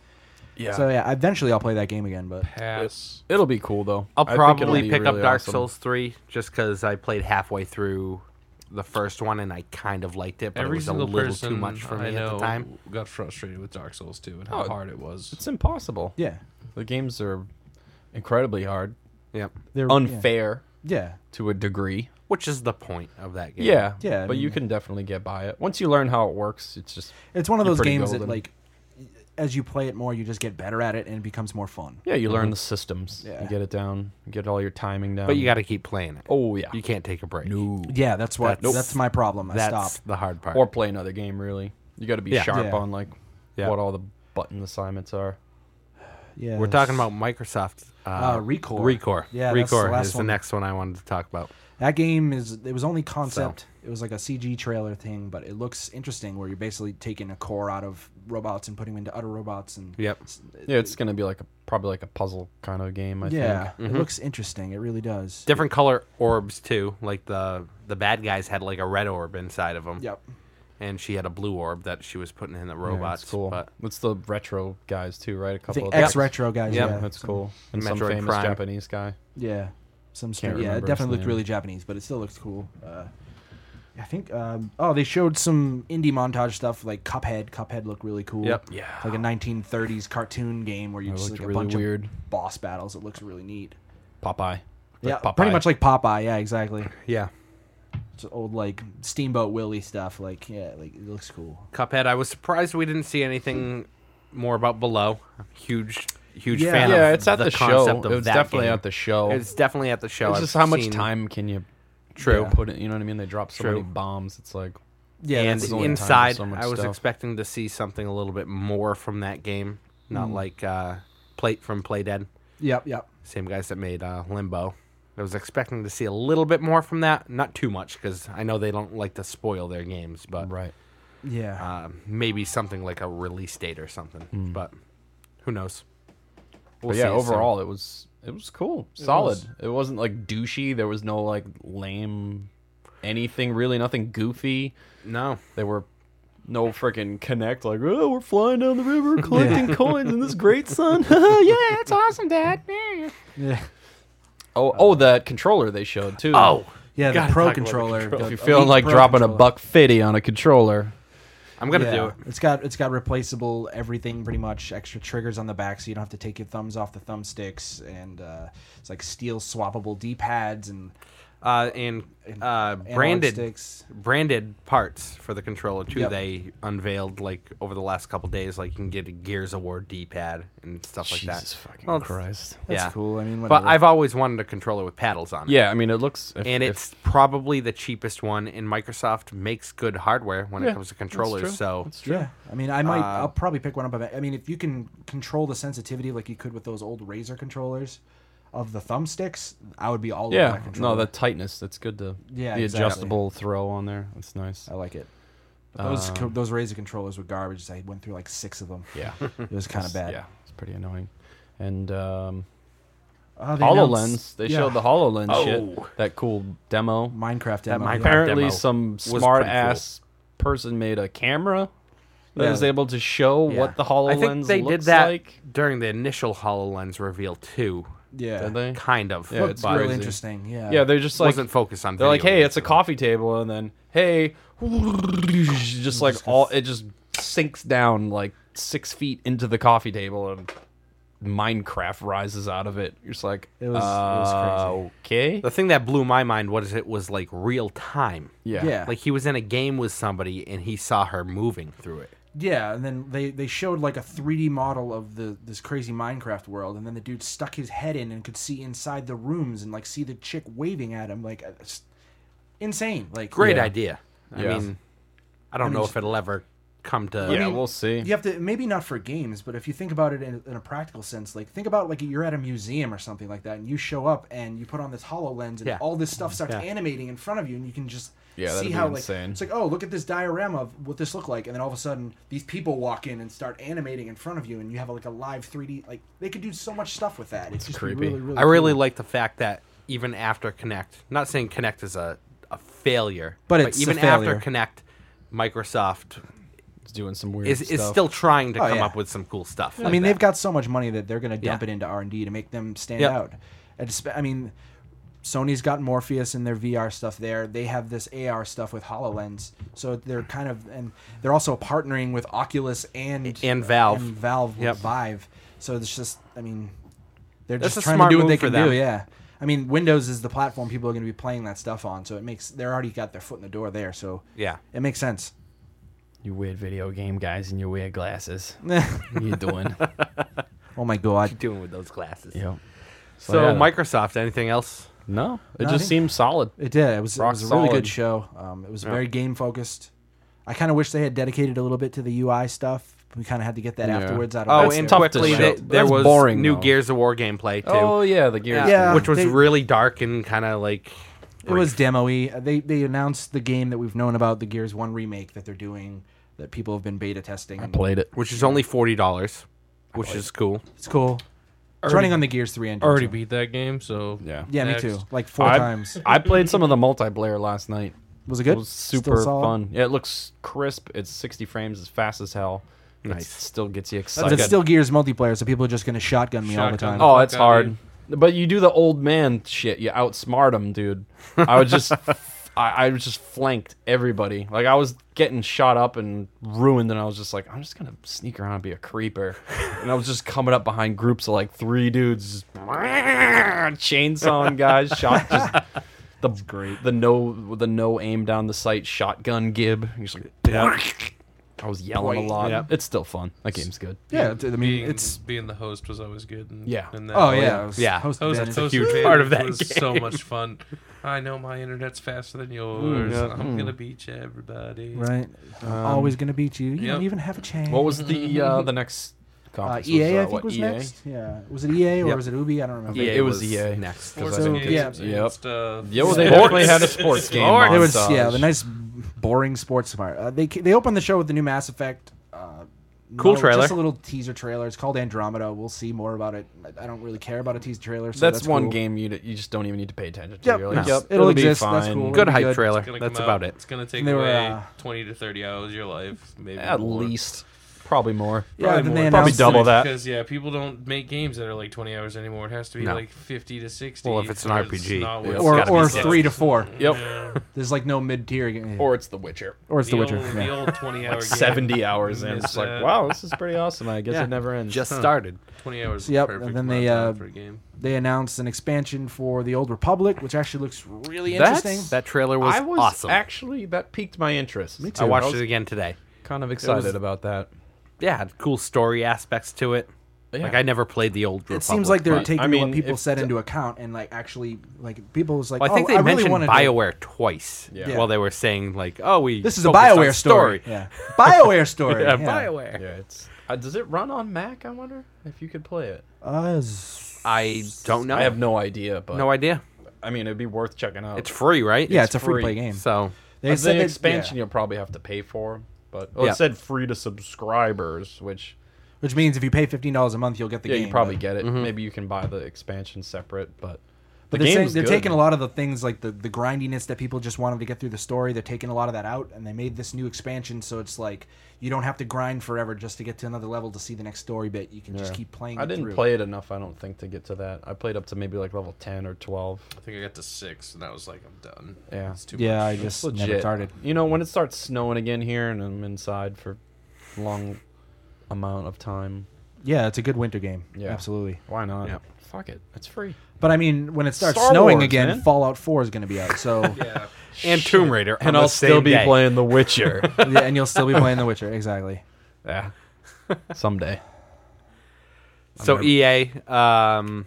Yeah, So yeah, eventually I'll play that game again. But pass. it'll be cool though. I'll I think it'll probably be pick up really Dark awesome. Souls three just because I played halfway through the first one and I kind of liked it, but Every it was a single little person too much for me I know at the time. got frustrated with Dark Souls 2 and how Oh, hard it was. It's impossible. yeah, The games are incredibly hard, Yep. they're yeah. unfair Yeah, to a degree. Which is the point of that game? Yeah, Yeah, I but you mean- can definitely get by it once you learn how it works. It's just it's one of You're those pretty games that golden. like as you play it more, you just get better at it and it becomes more fun. yeah, you learn the systems. Mm-hmm. Yeah. You get it down. You get all your timing down. But you got to keep playing it. oh yeah, You can't take a break. no, Yeah, that's what That's- that's, my problem. I That's stopped. the hard part. or play another game. Really, you got to be Yeah. sharp Yeah. on like Yeah. what all the button assignments are. Yeah, We're talking about Microsoft. Uh, Uh, Recore. Recore. Yeah, that's the Recore last is the one. next one I wanted to talk about. that game. Is it was only concept. It was like a CG trailer thing, but it looks interesting. Where you're basically taking a core out of robots and putting them into other robots, and Yep. Yeah, it's gonna be like a probably like a puzzle kind of game. I yeah, think. it looks interesting. It really does. Different color orbs too. Like the the bad guys had like a red orb inside of them, Yep. and she had a blue orb that she was putting in the Yeah, robots. it's cool. But It's the retro guys too, right? A I couple think of X those. Retro guys. Yep. Yeah, that's cool. And some Metroid famous Prime. Japanese guy. Yeah, some Can't stuff. Yeah, it remember definitely his looked name. really Japanese, but it still looks cool. Uh, I think. Um, oh, they showed some indie montage stuff like Cuphead. Cuphead looked really cool. Yep. Yeah. Like a 1930s cartoon game where you It just looked like a really bunch weird. of boss battles. It looks really neat. Popeye. Yeah, Like Popeye. pretty much like Popeye. Yeah, exactly. yeah, It's old like Steamboat Willie stuff. Like yeah, like it looks cool. Cuphead. I was surprised we didn't see anything more about Below. Huge huge Yeah. fan of Yeah, it's at the, show. concept It of was that definitely game. at the show. It's definitely at the show. It's I've just how much seen- time can you True. put in? You know what I mean? They drop so many True. bombs. It's like Yeah, and that's the only time for inside, so much I was stuff. expecting to see something a little bit more from that game, not Hmm. like uh, Plate from Play Dead, yep, yep. same guys that made uh, Limbo. I was expecting to see a little bit more from that, not too much, because I know they don't like to spoil their games, but right. Yeah. uh, maybe something like a release date or something. But who knows? We'll Hmm. but yeah, see soon. overall it was it was cool, solid. It wasn't like douchey. There was no like lame anything really, nothing goofy. no. There were no freaking connect like oh we're flying down the river collecting coins in this great sun. yeah, that's awesome, Dad. Yeah. yeah. Oh oh, that controller they showed too. Oh! Yeah, the Gotta pro talk about the controller. controller. the if you're feeling Elite like Pro dropping a controller. buck fifty on a controller, I'm gonna Yeah. do it. It's got it's got replaceable everything pretty much, extra triggers on the back so you don't have to take your thumbs off the thumbsticks and uh, it's like steel swappable D pads and Uh, and uh, analog branded sticks. branded parts for the controller too. Yep. They unveiled like over the last couple days, like you can get a Gears of War D-pad and stuff like that. Jesus fucking Well, it's- Christ. That's yeah. cool. I mean, But whatever. I've always wanted a controller with paddles on it. Yeah, I mean it looks if, And if- it's probably the cheapest one, and Microsoft makes good hardware when Yeah, it comes to that's controllers. true. So That's true. Yeah, I mean, I might. Uh, I'll probably pick one up. I mean, if you can control the sensitivity like you could with those old Razer controllers of the thumbsticks, I would be all over Yeah, that controller. no, the tightness. That's good to Yeah, the exactly. adjustable throw on there. That's nice. I like it. Uh, But those co- those Razer controllers were garbage. I went through like six of them. Yeah, It was kind of bad. Yeah, it's pretty annoying. And um, Uh, they Hololens, announced- they yeah, showed the Hololens Oh. shit. That cool demo. Minecraft E. demo. Minecraft- yeah. Apparently, demo some pretty smart ass person made a camera that Yeah. was able to show yeah. what the Hololens I think they looks did that like. during the initial Hololens reveal too. Yeah, Did they? Kind of. Yeah, it's it's but really crazy. interesting. Yeah, Yeah, they're just like wasn't focused on. They're like, video hey, games, it's a so- coffee table, and then hey, just like all it just sinks down like six feet into the coffee table, and Minecraft rises out of it. You're just like, It was- it was "Uh, okay, The thing that blew my mind was it was like real time. yeah, Yeah. Like he was in a game with somebody and he saw her moving through it. Yeah, and then they, they showed like a 3D model of the this crazy Minecraft world, and then the dude stuck his head in and could see inside the rooms and like see the chick waving at him, like uh, it's insane. Like Great yeah. idea. I Yeah. mean, I don't know if it'll ever come to. yeah. mean, we'll see. You have to maybe not for games, but if you think about it in, in a practical sense, like think about like you're at a museum or something like that, and you show up and you put on this Hololens, and Yeah. all this stuff starts Yeah. animating in front of you, and you can just Yeah, that'd see be how like insane. it's like oh look at this diorama of what this looked like, and then all of a sudden these people walk in and start animating in front of you, and you have like a live 3D like they could do so much stuff with that. It's, just creepy. creepy. Really, really I really cool. like the fact that even after Connect, not saying Connect is a, a failure, But it's a even failure. after Connect, Microsoft It's doing some weird is, stuff. is still trying to Oh, come yeah. up with some cool stuff. I mean, they've got so much money that they're going to dump Yeah. it into R and D to make them stand Yep. out. And sp- I mean, Sony's got Morpheus in their VR stuff there. They have this AR stuff with Hololens, so they're kind of and they're also partnering with Oculus and And Valve. and Valve with Yep. Vive. So it's just, I mean, they're That's a just trying to smart do what move they for can them. do. Yeah, I mean, Windows is the platform people are going to be playing that stuff on, so it makes they're already got their foot in the door there. So Yeah. it makes sense. you weird video game guys in your weird glasses. What you doing? oh my god. doing with those glasses. yeah. So, yeah. Microsoft, anything else? No, it No, I just think- seems solid. It did. It was, it Rock was a really solid. good show. Um, it was very game focused. I kind of wish they had dedicated a little bit to the UI stuff. We kind of had to get that Yeah. afterwards. Out Oh, of That's and tough to quickly, show. they, there That's was boring, new though. Gears of War gameplay too. Oh yeah, the gear. Yeah. which was they- really dark and kind of like it was demo-y. Uh, They they announced the game that we've known about, the Gears One remake that they're doing, that people have been beta testing. I played it. which is only forty dollars, which is cool. It's cool. it's Already- running on the Gears Three engine. Already so- beat that game, so Yeah. Yeah, Next. me too. Like four I- times. I played some of the multiplayer last night. Was it good? It was Still super solid? fun. Yeah, it looks crisp. It's 60 frames. It's fast as hell. It Nice. still gets you But excited. it's still Gears multiplayer, so people are just gonna shotgun me all the Shotgun. time. oh, it's Fuck outta hard. But you do the old man shit. You outsmart him, dude. I was just, I, I was just flanked everybody. Like I was getting shot up and ruined, and I was just like, I'm just gonna sneak around and be a creeper. and I was just coming up behind groups of like three dudes, just chainsawing guys, shot just. The great the no the no aim down the sight shotgun gib. He's like, I was yelling a Boing. lot. Yeah. It's still fun. That game's good. Yeah, I mean, being, it's. being the host was always good. And, Yeah. And that, Oh, yeah. it was Yeah. host Host, advantage. host huge advantage part of that was so much fun. I know my internet's faster than yours. yeah. I'm gonna beat you, everybody. Hmm. Right. I'm always going to beat you. You yep. don't even have a chance. Um, What was the uh, the next uh, conference? EA, uh, I think, what, was EA? next. Yeah. Was it EA or Yep. was it E Ubi? I don't remember. EA. it was EA. next. 'cause I Sports So, think games it- yeah. and Yep. stuff. Yeah, well, they Sports. definitely had a sports game. Sports. It was yeah, montage. the nice, boring sports part. Uh, they ca- they opened the show with the new Mass Effect. Uh, Cool model- trailer. Just a little teaser trailer. It's called Andromeda. We'll see more about it. I- I don't really care about a teaser trailer. So that's, that's, one cool. game you d- you just don't even need to pay attention to. Yep. You're like, No. yep, It'll be exist. Fine. That's cool. Good Be hype good. trailer. It's gonna That's come about out- it. It's gonna take They were, away uh, 20 to 30 hours of your life, maybe At more. least, probably more. Yeah, Probably then more. they Probably announced double that. Because yeah, people don't make games that are like 20 hours anymore. It has to be No. like 50 to 60. Well, if it's an or RPG, not it's worth Or, it. gotta be or six. three to four. Yep. There's like no mid tier game. Or it's The Witcher. or it's The, Witcher. Old, yeah. The old 20 hour game. 70 hours in. Miss It's like, that. wow, this is pretty awesome. I guess it never ends. Just started. 20 hours. is Yep, Perfect and then amount they, of time uh, for a game. They announced an expansion for the Old Republic, which actually looks really interesting. That trailer was, I was awesome. actually that piqued my interest. Me I watched was it again today. Kind of excited about that. Yeah, had cool story aspects to it. Yeah. Like I never played the old. it seems like they're but- taking I mean, what people if- said into account and like actually like people was like, Well, I think oh, they really mentioned wanted to- Bioware twice Yeah. while they were saying like, "Oh, we This is a focused on Bioware story. Yeah, Bioware story. yeah, yeah, Bioware. Yeah, it's. Uh, does it run on Mac? I wonder if you could play it. Uh, s- I don't know. I have no idea, but no idea. I mean, it'd be worth checking out. It's free, right? yeah, it's, a free free. play game. so They It's an that- expansion yeah. you'll probably have to pay for, but well, Yeah. it said free to subscribers, which which means if you pay fifteen dollars a month, you'll get the yeah, game. you probably but- get it. Maybe you can buy the expansion separate, but the But they're, saying, game's they're good. taking a lot of the things like the the grindiness that people just wanted to get through the story. They're taking a lot of that out, and they made this new expansion, so it's like you don't have to grind forever just to get to another level to see the next story bit. You can just Yeah. keep playing. I it didn't through. play it enough, I don't think, to get to that. I played up to maybe like level ten or twelve. I think I got to six, and I was like, I'm done. Yeah. It's too Yeah, I much. just Legit. never started. You know, when it starts snowing again here, and I'm inside for long amount of time, Yeah, it's a good winter game. Yeah. absolutely. why not? Yeah. Fuck it, it's free. But I mean, when it starts Star snowing Wars, again, man. Fallout Four is going to be out. So Yeah. and Tomb Raider, on And the I'll still same be day. playing The Witcher. yeah, and you'll still be playing The Witcher. Exactly. yeah, someday. So EA, um,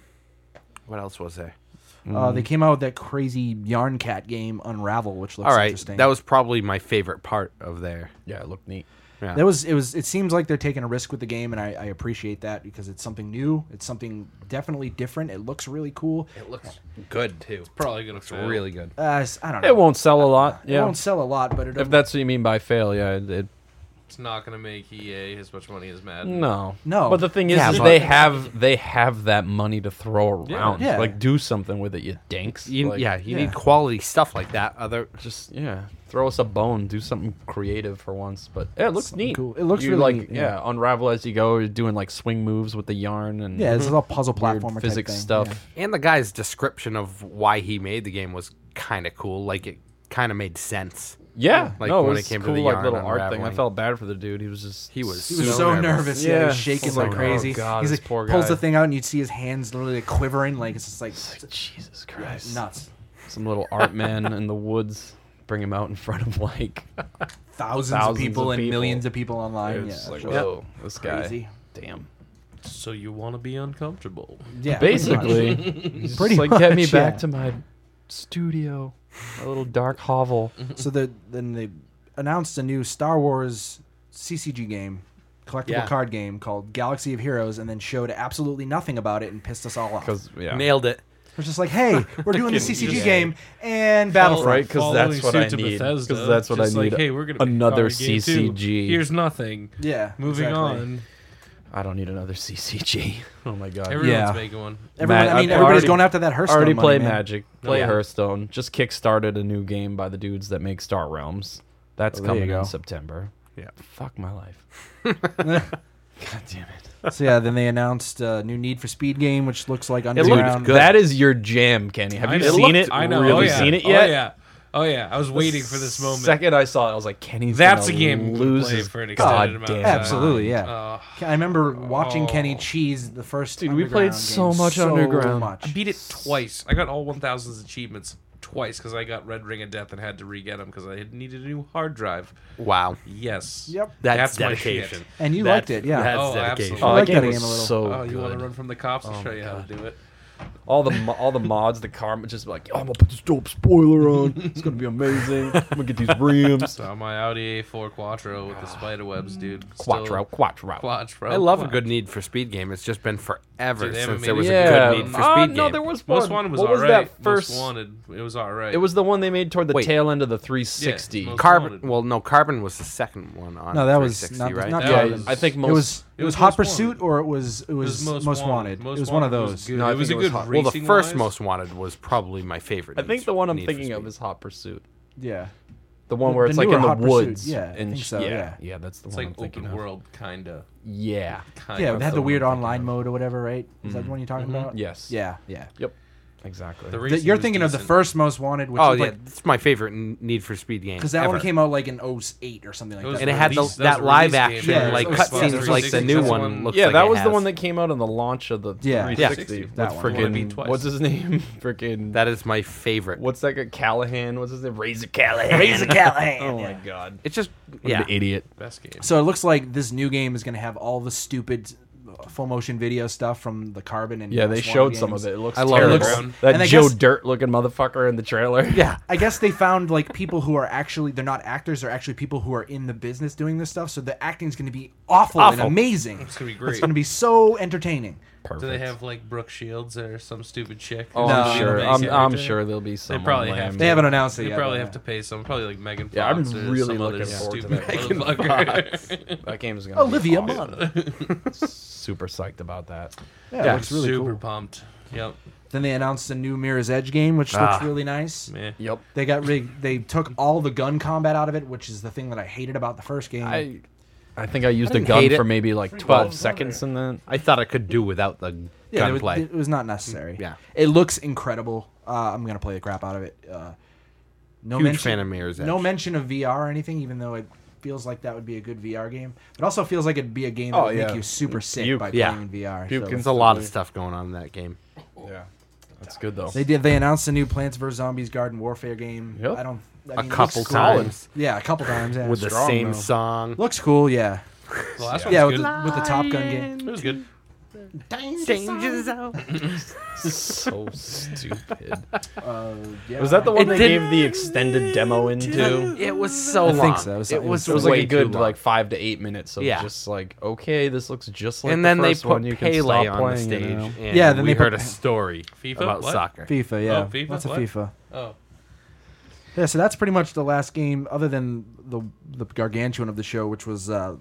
what else was there? Uh, Mm-hmm. they came out with that crazy Yarn Cat game, Unravel, which looks All right, interesting. that was probably my favorite part of there. Yeah, it looked neat. Yeah. That was it was it seems like they're taking a risk with the game and I, I appreciate that because it's something new. It's something definitely different. It looks really cool. It looks good too. probably gonna fail. Really good. Uh, s- I don't know. It won't sell a lot. It Yeah, won't sell a lot, but it if that's what you mean by fail, yeah. It, it, It's not gonna make EA as much money as Madden. no, No. But the thing is, Yeah, is but- they have they have that money to throw around. Yeah. Like, do something with it, you dinks. You, Like, yeah, you yeah. need quality stuff like that. Other just yeah, throw us a bone, do something creative for once. But yeah, it looks neat. cool. It looks you really like neat, yeah. yeah. unravel as you go. You're doing like swing moves with the yarn and yeah, it's all puzzle weird platformer type physics thing. stuff. Yeah. and the guy's description of why he made the game was kind of cool. Like it kind of made sense. Yeah, Like, no, it when was it came to cool, the like yarn little art thing. I unraveling. felt bad for the dude. He was just He was He was so, nervous. Yeah, he was Yeah. shaking Oh like my crazy. God, He's this like poor pulls guy. the thing out and you'd see his hands literally quivering. Like it's just like It's like, Jesus Christ. nuts. Some little art man in the woods. Bring him out in front of like Thousands, Thousands of of people and people. millions of people online. It's yeah, like, sure. whoa, this guy. Crazy. Damn. So you want to be uncomfortable? Yeah, pretty much. Basically, he's Pretty just like get me much, back yeah. to my studio, my little dark hovel. So the, then they announced a new Star Wars CCG game, collectible Yeah. card game called Galaxy of Heroes, and then showed absolutely nothing about it and pissed us all off. We're Because yeah, Nailed it. just like, hey, we're doing the CCG just- game and Battlefront. Right, 'cause Following that's what suit I to need. Bethesda, 'Cause that's what just I Like, need. hey, we're gonna make Another Call of Duty two. CCG. Here's nothing. Yeah, Moving exactly. on. I don't need another CCG. Oh my god. Everyone's Yeah. making one. Everyone, Mag- I mean, I've everybody's already- going after that Hearthstone. already money, play man. Magic. Play Yeah. Hearthstone. Just kickstarted a new game by the dudes that make Star Realms. That's there you coming go. in September. Yeah. Fuck my life. God damn it. So yeah, then they announced a new Need for Speed game, which looks like looked Underground. good. That is your jam, Kenny. Have I you know. seen looked- it? I know. Really oh, yeah. seen it yet? Oh yeah. Oh yeah. I was waiting for this moment. Second I saw it, I was like, Kenny's That's a gonna game we can lose play his for an god extended amount damn of time. Absolutely, yeah. Uh, I remember watching Kenny Oh. cheese the first. Dude, we played Underground so game much Underground. much. I beat it twice. I got all 1,000's achievements twice because I got Red Ring of Death and had to re-get them because I had needed a new hard drive. wow. Yes. Yep. That's, my dedication. shit. And you liked That's- it, yeah. That's Oh, dedication. absolutely. I Oh, like that that game game was a little. so Oh, you want good. to run from the cops? I'll show you how to do it. all the mo- all the mods, the car, just like "Yo, I'm gonna put this dope spoiler on. It's gonna be amazing. I'm gonna get these rims. So my Audi A4 Quattro with the spider webs, dude. Still- Quattro, quattro. Quattro. I love a Quattro. good Need for Speed game. It's just been forever Dude, they haven't since there made was a Yeah. good Need for Speed Uh, game. No, there was one. Most wanted was what was alright. that first? Most wanted, it was alright. It was the one they made toward the Wait. tail end of the 360. Yeah, most- Carbon. wanted. Well, no, Carbon was the second one on. No, that was 360, not, right. not That Carbon. was- I think most. it was it It was was Hot Most Wanted. Pursuit or it was it was, most, wanted. it was one of Wanted those. good. No, I it was a think it was good Hot- racing. well, the first wise. Most Wanted was probably my favorite. I think Need- the one I'm Need for thinking of Speed. is Hot Pursuit. Yeah. The one The- where the it's like newer in the Hot Pursuit, woods. yeah, I and think sh- so, yeah, yeah. yeah, that's the It's one like I'm thinking open of. world, kinda. Yeah. kinda. Yeah, it that's had the the one weird I'm thinking online of. mode or whatever, right? Is Mm-hmm. that the one you're talking about? Yes. Yeah, yeah. Yep. Exactly. The The- racing you're was thinking of the decent. first Most Wanted, which Oh was yeah, like it's my favorite N- Need for Speed game. because that ever. one came out like in 08 or something like It was that. and it had the, Release- that that was a release live game. action Yeah, it like was Xbox cutscenes like the 360. new That's one. one- Looks yeah, like that it was the has. one that came out on the launch of the Yeah. Yeah. 360. That one. With friggin- Wanna beat twice. what's his name? Freaking That is my favorite. What's that guy? Callahan? What's his name? Razor Callahan. Razor Callahan, oh my yeah. god. It's just Yeah. yeah. idiot. best game. So it looks like this new game is going to have all the stupid uh, full motion video stuff from the Carbon and Yeah, they Most Wanted showed some games. of it. It looks I love terrible. it. Looks- that and I Joe guess- Dirt looking motherfucker in the trailer. Yeah, I guess they found like people who are actually they're not actors, they're actually people who are in the business doing this stuff. So the acting's going to be awful, and Awful. amazing. It's gonna be It's great. going to be so entertaining. Perfect. Do they have like Brooke Shields or some stupid chick? Oh, No. I'm sure. I'm, I'm Character? sure there'll be some. probably lame. have to. They haven't announced it They yet. probably but, have to pay some, probably like Megan Fox. Yeah, I'm or really some other looking forward to stupid that. Megan Fox. motherfucker. That game's gonna. yeah. be Olivia awesome. Munn. Super psyched about that. Yeah, Yeah. it looks really Super cool. pumped. Yep. Then they announced a new Mirror's Edge game, which Ah. looks really nice. Meh. Yep. They got rig- they took all the gun combat out of it, which is the thing that I hated about the first game. I. I think I used I a didn't gun hate it. for maybe like 12 seconds and then. I thought I could do without the yeah, it, gunplay. was, it was not necessary. Mm, Yeah. it looks incredible. Uh, I'm gonna play the crap out of it. Uh, no Huge mention, fan of Mirror's Edge. No mention of VR or anything, even though it feels like that would be a good VR game. It also feels like it'd be a game that Oh, would yeah. make you super sick Puke. by Yeah. playing in VR. Puke so- and There's a lot of stuff going on in that game. Yeah. That's good though. They did. They announced a new Plants vs Zombies Garden Warfare game. Yep. I don't. I a mean, it looks couple cool. times Yeah, a couple times. Yeah. with the Strong, same though. song. looks cool. Yeah. The last yeah, with one's the, with the Top Gun game. good. It was good. Danger zone. so stupid. Uh, yeah. Was that the one It they did- gave the extended demo into? It was so I long. think so. It was- It was, It was like way a good too long. like five to eight minutes of Yeah. just like okay, this looks just like. and the then they first put one. You can Pele stop on the playing stage. it now. and Yeah, then we they put- heard a story FIFA? about What? soccer. FIFA? Yeah. Oh, FIFA? That's a What? FIFA. Oh, Yeah. So that's pretty much the last game, other than the the gargantuan of the show, which was uh,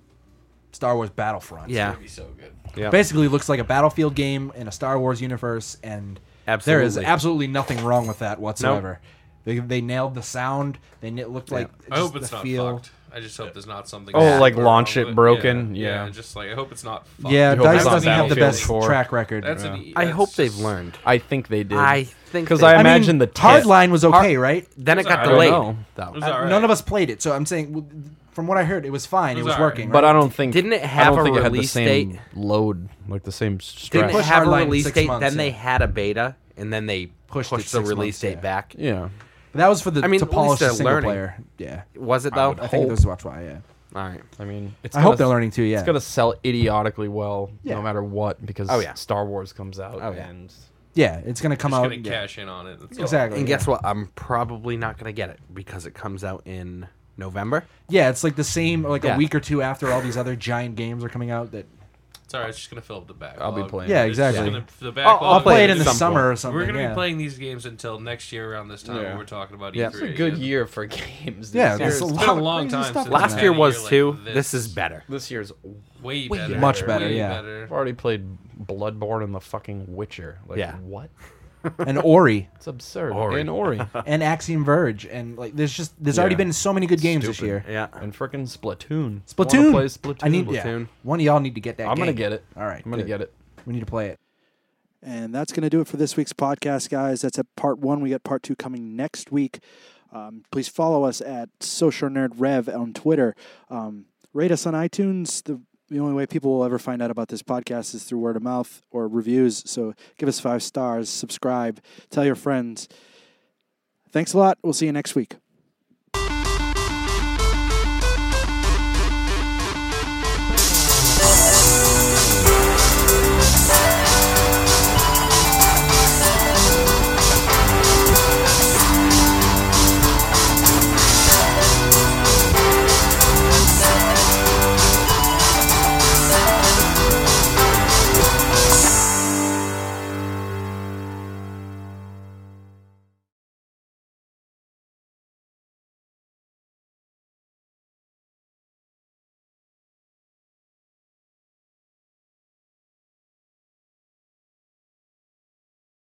Star Wars Battlefront. Yeah, it'd be so good. yeah. Basically, looks like a Battlefield game in a Star Wars universe, and there is Absolutely. absolutely nothing wrong with that whatsoever. They, they nailed the sound. They it looked like I hope just it's the not feel. fucked. I just hope there's not something. Oh, bad like going launch on it with broken? Yeah, Yeah. just like I hope it's not. Fucked. Yeah, You hope Dice it's on doesn't have the Battlefield best 4. track record. That's Yeah. an. e- I that's hope they've just- learned. I think they did. I think because they- I I mean, imagine the tip. Hardline was okay, right? Then it was got right. all delayed. I don't know. Though. It was all right. None of us played it, so I'm saying, w- from what I heard, it was fine. It was, was all right. working. But right? I don't think Didn't it I have don't a think release it had the same date? load, like the same Didn't stress. they pushed have a Hardline release six date? months, then they yeah. had a beta, and then they Pushed pushed, it the six release months, date yeah. back. yeah, But that was for the I mean, to at least polish the they're single learning. player. Yeah, Was it though? would I All think hope. those watch why. Yeah, right. I mean, it's I hope gonna- they're learning too. Yeah, It's gonna sell idiotically well, Yeah. no matter what, because Oh, yeah. Star Wars comes out. Oh, yeah. and yeah, it's gonna come Just out. gonna yeah. cash in on it. That's all. Exactly. And yeah. guess what? I'm probably not gonna get it because it comes out in November. Yeah, it's like the same, like Yeah. a week or two after all these other giant games are coming out. That It's all right. It's just gonna fill up the backlog. I'll be playing. Yeah, It's just exactly. gonna- the I'll backlog. I'll play it in at the some summer point. or something. We're gonna yeah. be playing these games until next year around this time. Yeah. when We're talking about. Yeah. E3 It's a good again. year for games. This Yeah, year it's a is- It's lot been a of long crazy time. stuff like Since I've Last that. had year a was like too. This. This is better. this year's. way way better. Much better, Way yeah. better. I've already played Bloodborne and the fucking Witcher. Like, Yeah. what? and Ori It's absurd. Ori. And Ori. and Axiom Verge and like there's just there's Yeah. already been so many good games this Stupid. year. Yeah. and freaking Splatoon. Splatoon. Wanna Play Splatoon. I need yeah. Splatoon. One of y'all need to get that. I'm gonna game. get it. All right, I'm gonna good. get it. We need to play it. And that's going to do it for this week's podcast, guys. That's at part one. We got part two coming next week. Um, please follow us at Social Nerd Rev on Twitter. Um, rate us on iTunes. The, the only way people will ever find out about this podcast is through word of mouth or reviews. So give us five stars, subscribe, tell your friends. Thanks a lot. We'll see you next week.